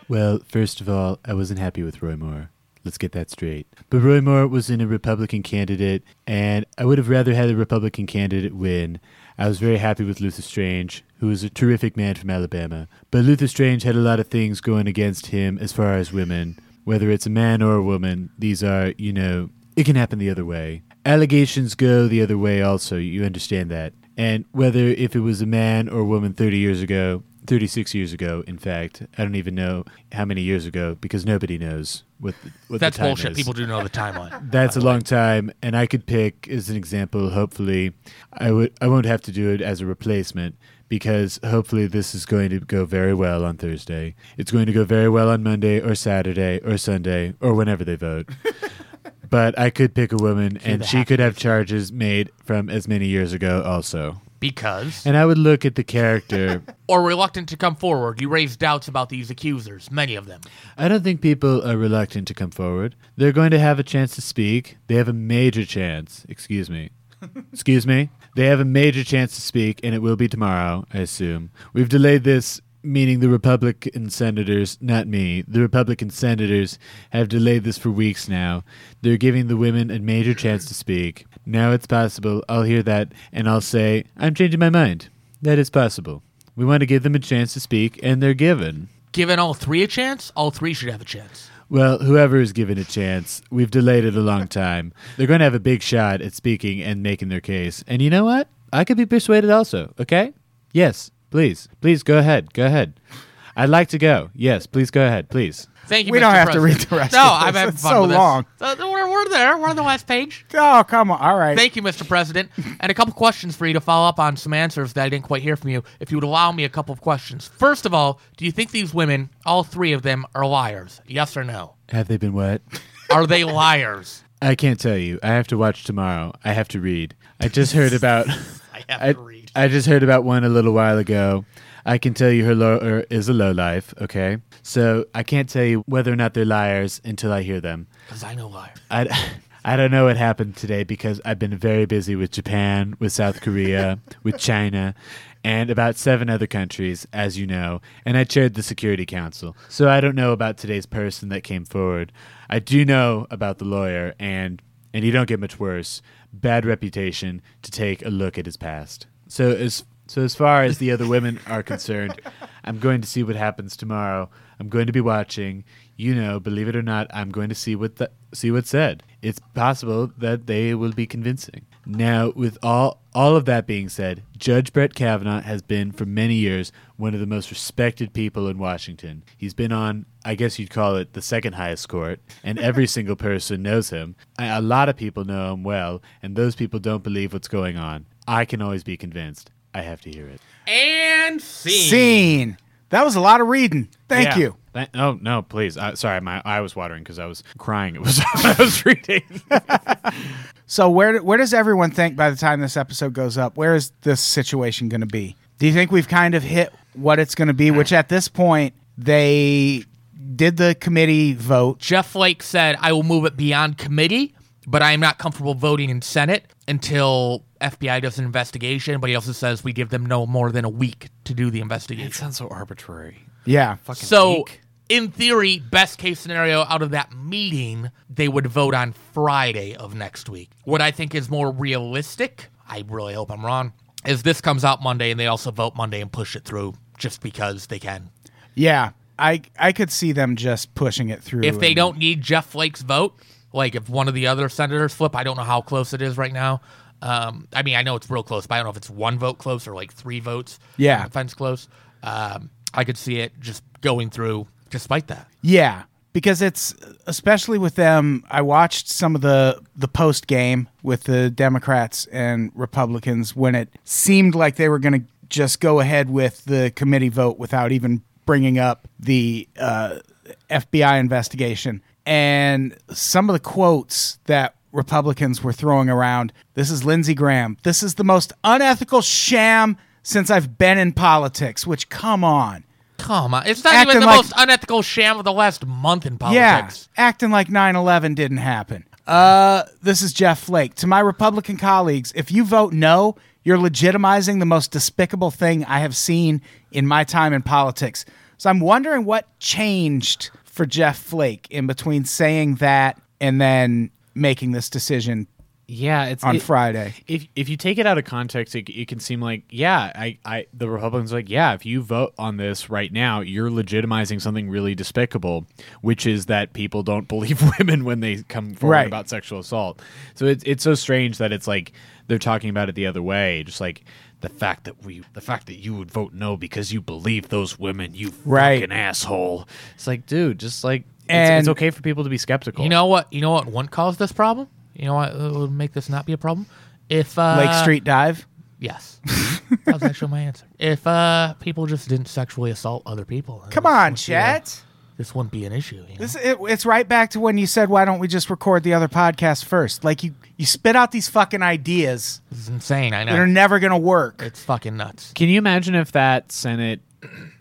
F: Well, first of all, I wasn't happy with Roy Moore. Let's get that straight. But Roy Moore wasn't a Republican candidate, and I would have rather had a Republican candidate win. I was very happy with Luther Strange, who was a terrific man from Alabama. But Luther Strange had a lot of things going against him as far as women. Whether it's a man or a woman, these are, you know, it can happen the other way. Allegations go the other way also, you understand that. And whether if it was a man or a woman 30 years ago, 36 years ago, in fact, I don't even know how many years ago because nobody knows what, the, what
C: That's
F: the time
C: bullshit.
F: is.
C: People do know the timeline.
F: That's a long time, and I could pick as an example. Hopefully, I would I won't have to do it as a replacement because hopefully this is going to go very well on Thursday. It's going to go very well on Monday or Saturday or Sunday or whenever they vote. but I could pick a woman, and
C: the
F: she could have charges made from as many years ago also.
C: Because.
F: And I would look at the character.
C: or reluctant to come forward. You raise doubts about these accusers, many of them.
F: I don't think people are reluctant to come forward. They're going to have a chance to speak. They have a major chance. Excuse me. Excuse me. They have a major chance to speak, and it will be tomorrow, I assume. We've delayed this, meaning the Republican senators, not me, the Republican senators have delayed this for weeks now. They're giving the women a major chance to speak. Now it's possible. I'll hear that, and I'll say, I'm changing my mind. That is possible. We want to give them a chance to speak, and they're given.
C: Given all three a chance, all three should have a chance.
F: Well, whoever is given a chance, we've delayed it a long time. They're going to have a big shot at speaking and making their case. And you know what? I could be persuaded also, okay? Yes, please. Please go ahead. Go ahead.
E: I'd like to go. Yes, please go ahead, please.
C: Thank you.
D: We
C: Mr.
D: don't have to
C: President.
D: read the rest
C: No,
D: of
C: I'm
D: this.
C: having
D: It's
C: fun
D: so
C: with this.
D: long.
C: So we're, we're there. We're on the last page.
D: Oh, come on. All right.
C: Thank you, Mr. President. And a couple questions for you to follow up on some answers that I didn't quite hear from you. If you would allow me a couple of questions. First of all, do you think these women, all three of them, are liars? Yes or no?
E: Have they been wet?
C: Are they liars?
E: I can't tell you. I have to watch tomorrow. I have to read. I just heard about.
C: I have
E: I,
C: to read.
E: I just heard about one a little while ago. I can tell you her low, er, is a low life. Okay, so I can't tell you whether or not they're liars until I hear them.
C: Because I know liars.
E: I, I don't know what happened today because I've been very busy with Japan, with South Korea, with China, and about seven other countries, as you know. And I chaired the Security Council. So I don't know about today's person that came forward. I do know about the lawyer, and, and you don't get much worse. Bad reputation to take a look at his past. So as, so as far as the other women are concerned, I'm going to see what happens tomorrow. I'm going to be watching. You know, believe it or not, I'm going to see what the, see what's said. It's possible that they will be convincing. Now, with all all of that being said, Judge Brett Kavanaugh has been for many years one of the most respected people in Washington. He's been on, I guess you'd call it, the second highest court, and every single person knows him. A a lot of people know him well, and those people don't believe what's going on. I can always be convinced. I have to hear it.
C: And scene.
D: Scene. That was a lot of reading. Thank
E: Yeah.
D: you.
E: Th- oh no, please. I, sorry, my I was watering because I was crying. It was I was reading.
D: So where where does everyone think by the time this episode goes up? Where is this situation going to be? Do you think we've kind of hit what it's going to be? Which at this point they did the committee vote.
C: Jeff Flake said, I will move it beyond committee, but I am not comfortable voting in Senate until FBI does an investigation. But he also says we give them no more than a week to do the investigation.
E: sounds so arbitrary.
D: Yeah.
C: So, in theory, best case scenario out of that meeting, they would vote on Friday of next week. What I think is more realistic, I really hope I'm wrong, is this comes out Monday and they also vote Monday and push it through just because they can.
D: Yeah. I I could see them just pushing it through.
C: If they
D: and-
C: don't need Jeff Flake's vote, like if one of the other senators flip, I don't know how close it is right now. Um, I mean, I know it's real close, but I don't know if it's one vote close or like three votes.
D: Yeah.
C: on the fence close. Um, I could see it just going through despite that.
D: Yeah, because it's especially with them. I watched some of the the post game with the Democrats and Republicans when it seemed like they were going to just go ahead with the committee vote without even bringing up the uh, FBI investigation. And some of the quotes that Republicans were throwing around. This is Lindsey Graham. This is the most unethical sham since I've been in politics. Which, come on.
C: Come on. It's not
D: Acting
C: even the
D: like-
C: most unethical sham of the last month in politics.
D: Yeah, acting like 9 11 didn't happen. Uh, this is Jeff Flake. To my Republican colleagues, if you vote no, you're legitimizing the most despicable thing I have seen in my time in politics. So I'm wondering what changed for Jeff Flake in between saying that and then making this decision
E: Yeah, it's
D: on
E: it-
D: Friday.
E: If if you take it out of context, it, it can seem like yeah, I, I the Republicans are like yeah, if you vote on this right now, you're legitimizing something really despicable, which is that people don't believe women when they come forward
D: Right.
E: about sexual assault. So it's it's so strange that it's like they're talking about it the other way, just like the fact that we the fact that you would vote no because you believe those women, you
D: Right.
E: fucking asshole. It's like dude, just like it's,
D: And-
E: it's okay for people to be skeptical.
C: You know what? You know what wouldn't cause this problem? You know what would make this not be a problem? If uh,
D: Lake Street Dive?
C: Yes. that was actually my answer. If uh, people just didn't sexually assault other people. then
D: Come
C: this
D: on,
C: wouldn't be a-
D: chat.
C: This wouldn't be an issue. you know?
D: This, it, it's right back to when you said, "Why don't we just record the other podcast first? Like you, you spit out these fucking ideas
C: This is insane. I
D: that are
C: know.
D: never gonna work.
C: It's fucking nuts.
E: Can you imagine if that Senate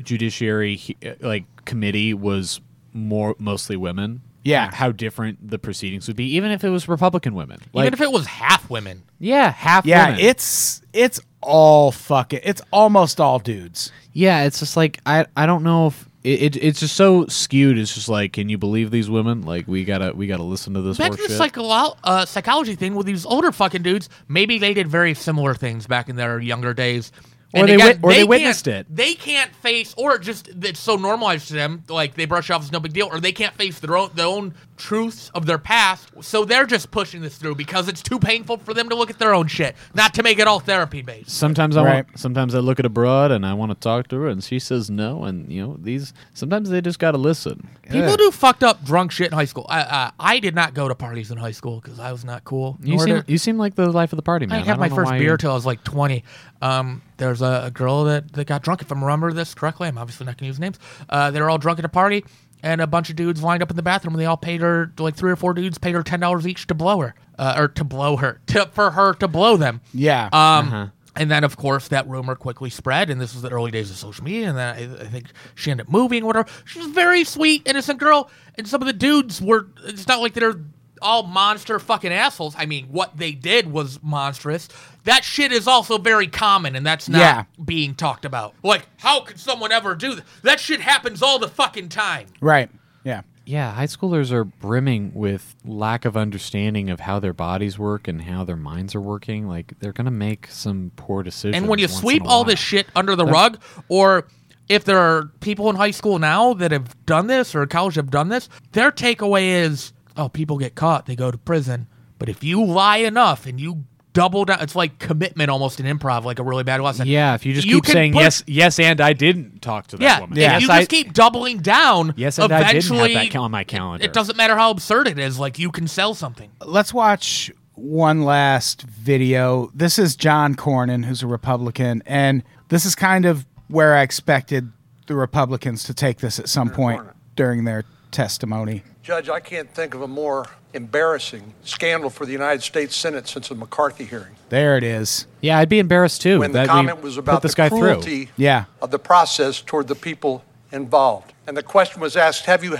E: Judiciary he- uh, like committee was more mostly women?
D: Yeah.
E: how different the proceedings would be, even if it was Republican women. Like,
C: Even if it was half women.
E: yeah, half.
D: Yeah,
E: women.
D: it's it's all fucking it's almost all dudes.
E: yeah. It's just like I I don't know if it, it it's just so skewed. It's just like, can you believe these women? Like we gotta we gotta listen to this
C: Back to
E: horse
C: the
E: shit.
C: psycholo- uh, psychology thing with these older fucking dudes. Maybe they did very similar things back in their younger days.
E: Or
C: And
E: they
C: again,
E: wit- or they
C: can't-
E: witnessed it.
C: They can't face, or just it's so normalized to them, like they brush off as no big deal, or they can't face their own their own truths of their past, so they're just pushing this through because it's too painful for them to look at their own shit, not to make it all therapy based.
E: Sometimes I
D: Right.
E: want, sometimes I look at abroad and I want to talk to her and she says no and you know these sometimes they just got to listen.
C: People do fucked up drunk shit in high school. I uh, I did not go to parties in high school because I was not cool.
E: You
C: nor
E: seem
C: did-
E: you seem like the life of the party
C: I
E: man.
C: didn't have my
E: don't know
C: first
E: why
C: beer
E: you-
C: till I was like 20. Um, there's a, a girl that, that got drunk. If I remember this correctly, I'm obviously not going to use names. Uh, they were all drunk at a party, and a bunch of dudes lined up in the bathroom, and they all paid her like three or four dudes paid her ten dollars each to blow her, uh, or to blow her, to, for her to blow them.
D: Yeah.
C: Um, And then, of course, that rumor quickly spread, and this was the early days of social media. And then I, I think she ended up moving, or whatever. She was a very sweet, innocent girl, and some of the dudes were. It's not like they're all monster fucking assholes. I mean, what they did was monstrous. That shit is also very common, and that's not
D: Yeah.
C: being talked about. Like, how could someone ever do that? That shit happens all the fucking time.
D: right. Yeah.
E: Yeah, high schoolers are brimming with lack of understanding of how their bodies work and how their minds are working. Like they're gonna make some poor decisions.
C: And when you
E: once in
C: sweep
E: a
C: all this
E: while.
C: shit under the rug, or if there are people in high school now that have done this or college have done this, their takeaway is, oh, people get caught, they go to prison. But if you lie enough and you double down, it's like commitment almost in improv, like a really bad lesson.
E: yeah, if you just keep
C: can
E: saying
C: push-
E: yes, yes, and I didn't talk to that
C: yeah,
E: woman.
C: if
E: yes,
C: you
E: I,
C: just keep doubling down,
E: yes, and I didn't
C: eventually
E: have that ca- on my calendar.
C: it doesn't matter how absurd it is. Like you can sell something.
D: Let's watch one last video. This is John Cornyn, who's a Republican, and this is kind of where I expected the Republicans to take this at some point during their testimony.
G: Judge, I can't think of a more embarrassing scandal for the United States Senate since the McCarthy hearing.
D: There it is.
E: Yeah, I'd be embarrassed too.
G: When the
E: that we
G: comment was
E: put
G: about
E: this
G: the
E: guy through.
G: cruelty
D: Yeah.
G: of the process toward the people involved. And the question was asked, have you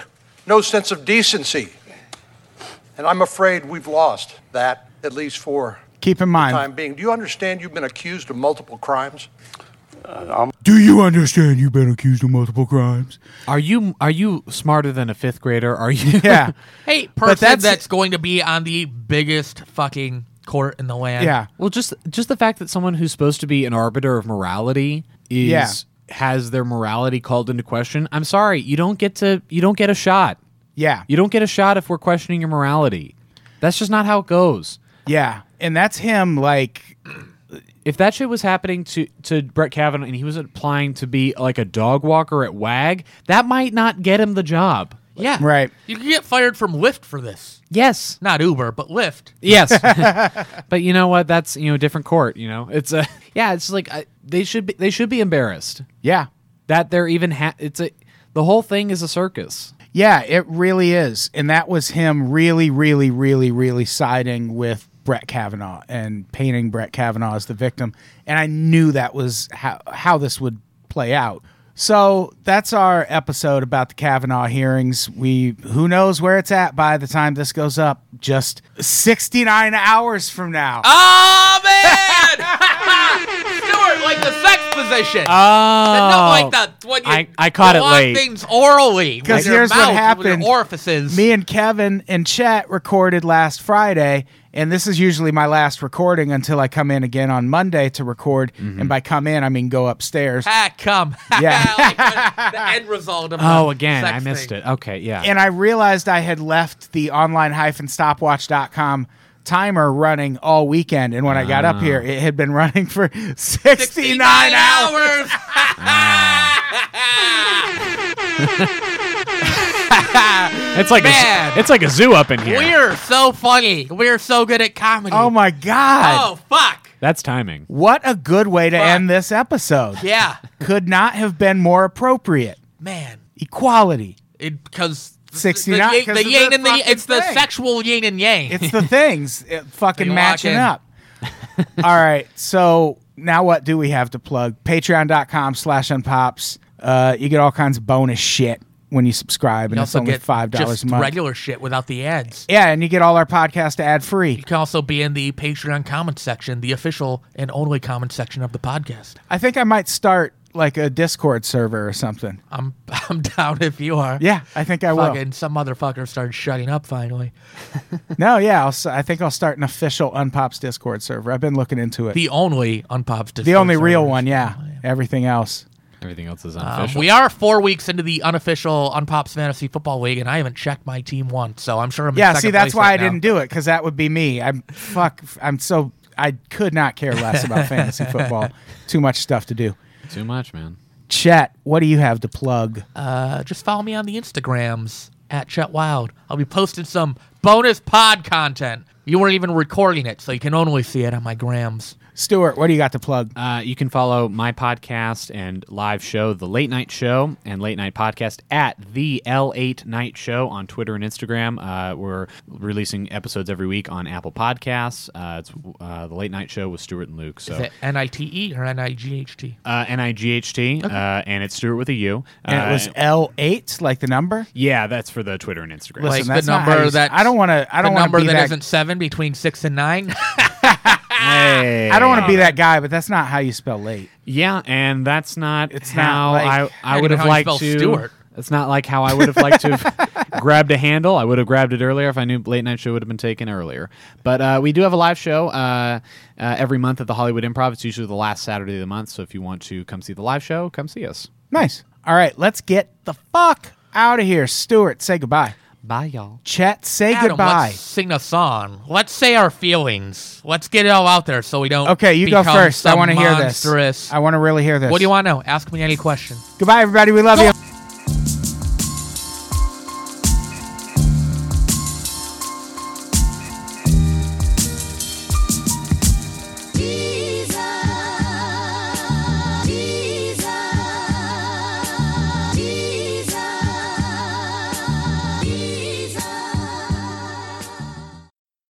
G: no sense of decency? And I'm afraid we've lost that, at least for
D: Keep in
G: the time
D: mind.
G: being. Do you understand you've been accused of multiple crimes?
D: Do you understand you've been accused of multiple crimes?
E: Are you are you smarter than a fifth grader? Are you?
D: Yeah.
C: Hey, person
D: But that's-
C: that's, going to be on the biggest fucking court in the land.
D: Yeah.
E: Well, just just the fact that someone who's supposed to be an arbiter of morality is
D: Yeah.
E: has their morality called into question. I'm sorry, you don't get to you don't get a shot.
D: Yeah.
E: You don't get a shot if we're questioning your morality. That's just not how it goes.
D: Yeah. And that's him like
E: If that shit was happening to to Brett Kavanaugh and he was applying to be like a dog walker at WAG, that might not get him the job.
C: yeah,
D: Right.
C: You can get fired from Lyft for this.
E: Yes.
C: not Uber, but Lyft.
E: Yes, but you know what? That's you know a different court. You know, it's a yeah. It's like I, they should be they should be embarrassed
D: Yeah.
E: that they're even ha- it's a the whole thing is a circus.
D: Yeah, it really is. And that was him really, really, really, really siding with Brett Kavanaugh and painting Brett Kavanaugh as the victim. And I knew that was how, how this would play out. So that's our episode about the Kavanaugh hearings. We who knows where it's at by the time this goes up? Just 69 hours from now.
C: Oh man, Stuart, like the sex position. And not like the when you
E: I- I caught it
C: go on
E: late.
C: things orally. with
D: 'Cause
C: your
D: here's what
C: mouth, with your
D: happened.
C: Orifices.
D: me and Kevin and Chet recorded last Friday, and this is usually my last recording until I come in again on Monday to record.
C: Mm-hmm.
D: And by come in, I mean go upstairs.
C: ah, come.
D: Yeah.
C: like the, the end result of
E: Oh,
C: the
E: again, I
C: sex
E: missed
C: thing.
E: it. Okay, yeah.
D: And I realized I had left the online stopwatch.com timer running all weekend. And when I got up
C: Ah.
D: here, it had been running for 69,
C: 69
D: hours.
C: hours.
E: it's like
C: Man.
E: a, it's like a zoo up in here.
C: We're so funny. We're so good at comedy.
D: Oh my God.
C: Oh, fuck.
E: That's timing.
D: What a good way to
C: Fuck.
D: end this episode.
C: Yeah,
D: Could not have been more appropriate.
C: man.
D: Equality.
C: It because.
D: 69
C: the, yin-
D: 'cause
C: the
D: of the
C: yin and the
D: fucking
C: it's the
D: thing.
C: sexual yin and yang.
D: It's the things it fucking
C: They lock
D: matching
C: in.
D: up. All right. So now what do we have to plug? Patreon.com slash unpops. Uh, you get all kinds of bonus shit when you subscribe, and
C: You
D: it's only $5
C: just
D: a month.
C: regular shit without the ads.
D: yeah, and you get all our podcasts ad free.
C: You can also be in the Patreon comment section, the official and only comment section of the podcast.
D: I think I might start like a Discord server or something.
C: I'm I'm down if you are.
D: Yeah, I think I will.
C: Fucking some motherfucker started shutting up finally.
D: No, yeah, I'll, s- I think I'll start an official Unpops Discord server. I've been looking into it. The,
C: The only unpops.
D: only real one, yeah. Everything else.
E: Everything else is
C: Um,
E: unofficial.
C: we are four weeks into the unofficial Unpops Fantasy Football League, and I haven't checked my team once, so I'm sure I'm. in
D: Yeah,
C: second
D: see, that's
C: place
D: why
C: right
D: I
C: now.
D: didn't do it because that would be me. I'm fuck. I'm so I could not care less about fantasy football. Too much stuff to do.
E: Too much, man.
D: Chet, what do you have to plug?
C: Uh, just follow me on the Instagrams at Chet Wild. I'll be posting some bonus pod content. You weren't even recording it, so you can only see it on my grams.
D: Stuart, what do you got to plug?
E: Uh, you can follow my podcast and live show, The Late Night Show and Late Night Podcast, at The L8 Night Show on Twitter and Instagram. Uh, we're releasing episodes every week on Apple Podcasts. Uh, it's uh, The Late Night Show with Stuart and Luke. So
C: Is it N I T E or N I G H T?
E: uh, N I G H T, uh, and it's Stuart with a U.
D: And
E: uh,
D: it was L eight, like the number.
E: yeah, that's for the Twitter and Instagram.
D: Listen,
C: Like the
D: that's not how
C: number
D: you s-
C: that
D: I don't want to. I
C: The
D: don't want to
C: number
D: be
C: that
D: that.
C: isn't seven between six and nine.
E: Hey.
D: I don't want to be that guy, but that's not how you spell late.
E: Yeah, and that's not
D: It's not
E: how
D: like-
E: I, I
C: Not
E: would
C: even
E: have
C: how you
E: liked
C: spell
E: to.
C: Stewart.
E: It's not like how I would have liked to have grabbed a handle. I would have grabbed it earlier if I knew late night show would have been taken earlier. But uh, we do have a live show uh, uh, every month at the Hollywood Improv. It's usually the last Saturday of the month. So if you want to come see the live show, come see us.
D: Nice. All right, let's get the fuck out of here. Stuart, say goodbye.
E: Bye, y'all.
D: Chet, say
C: Adam,
D: goodbye.
C: Let's sing a song. Let's say our feelings. Let's get it all out there so we don't.
D: Okay, you go
C: become
D: first. I
C: some
D: want to hear
C: monstrous-
D: this. I want to really hear this.
C: What do you want to know? Ask me any question.
D: Goodbye, everybody. We love you.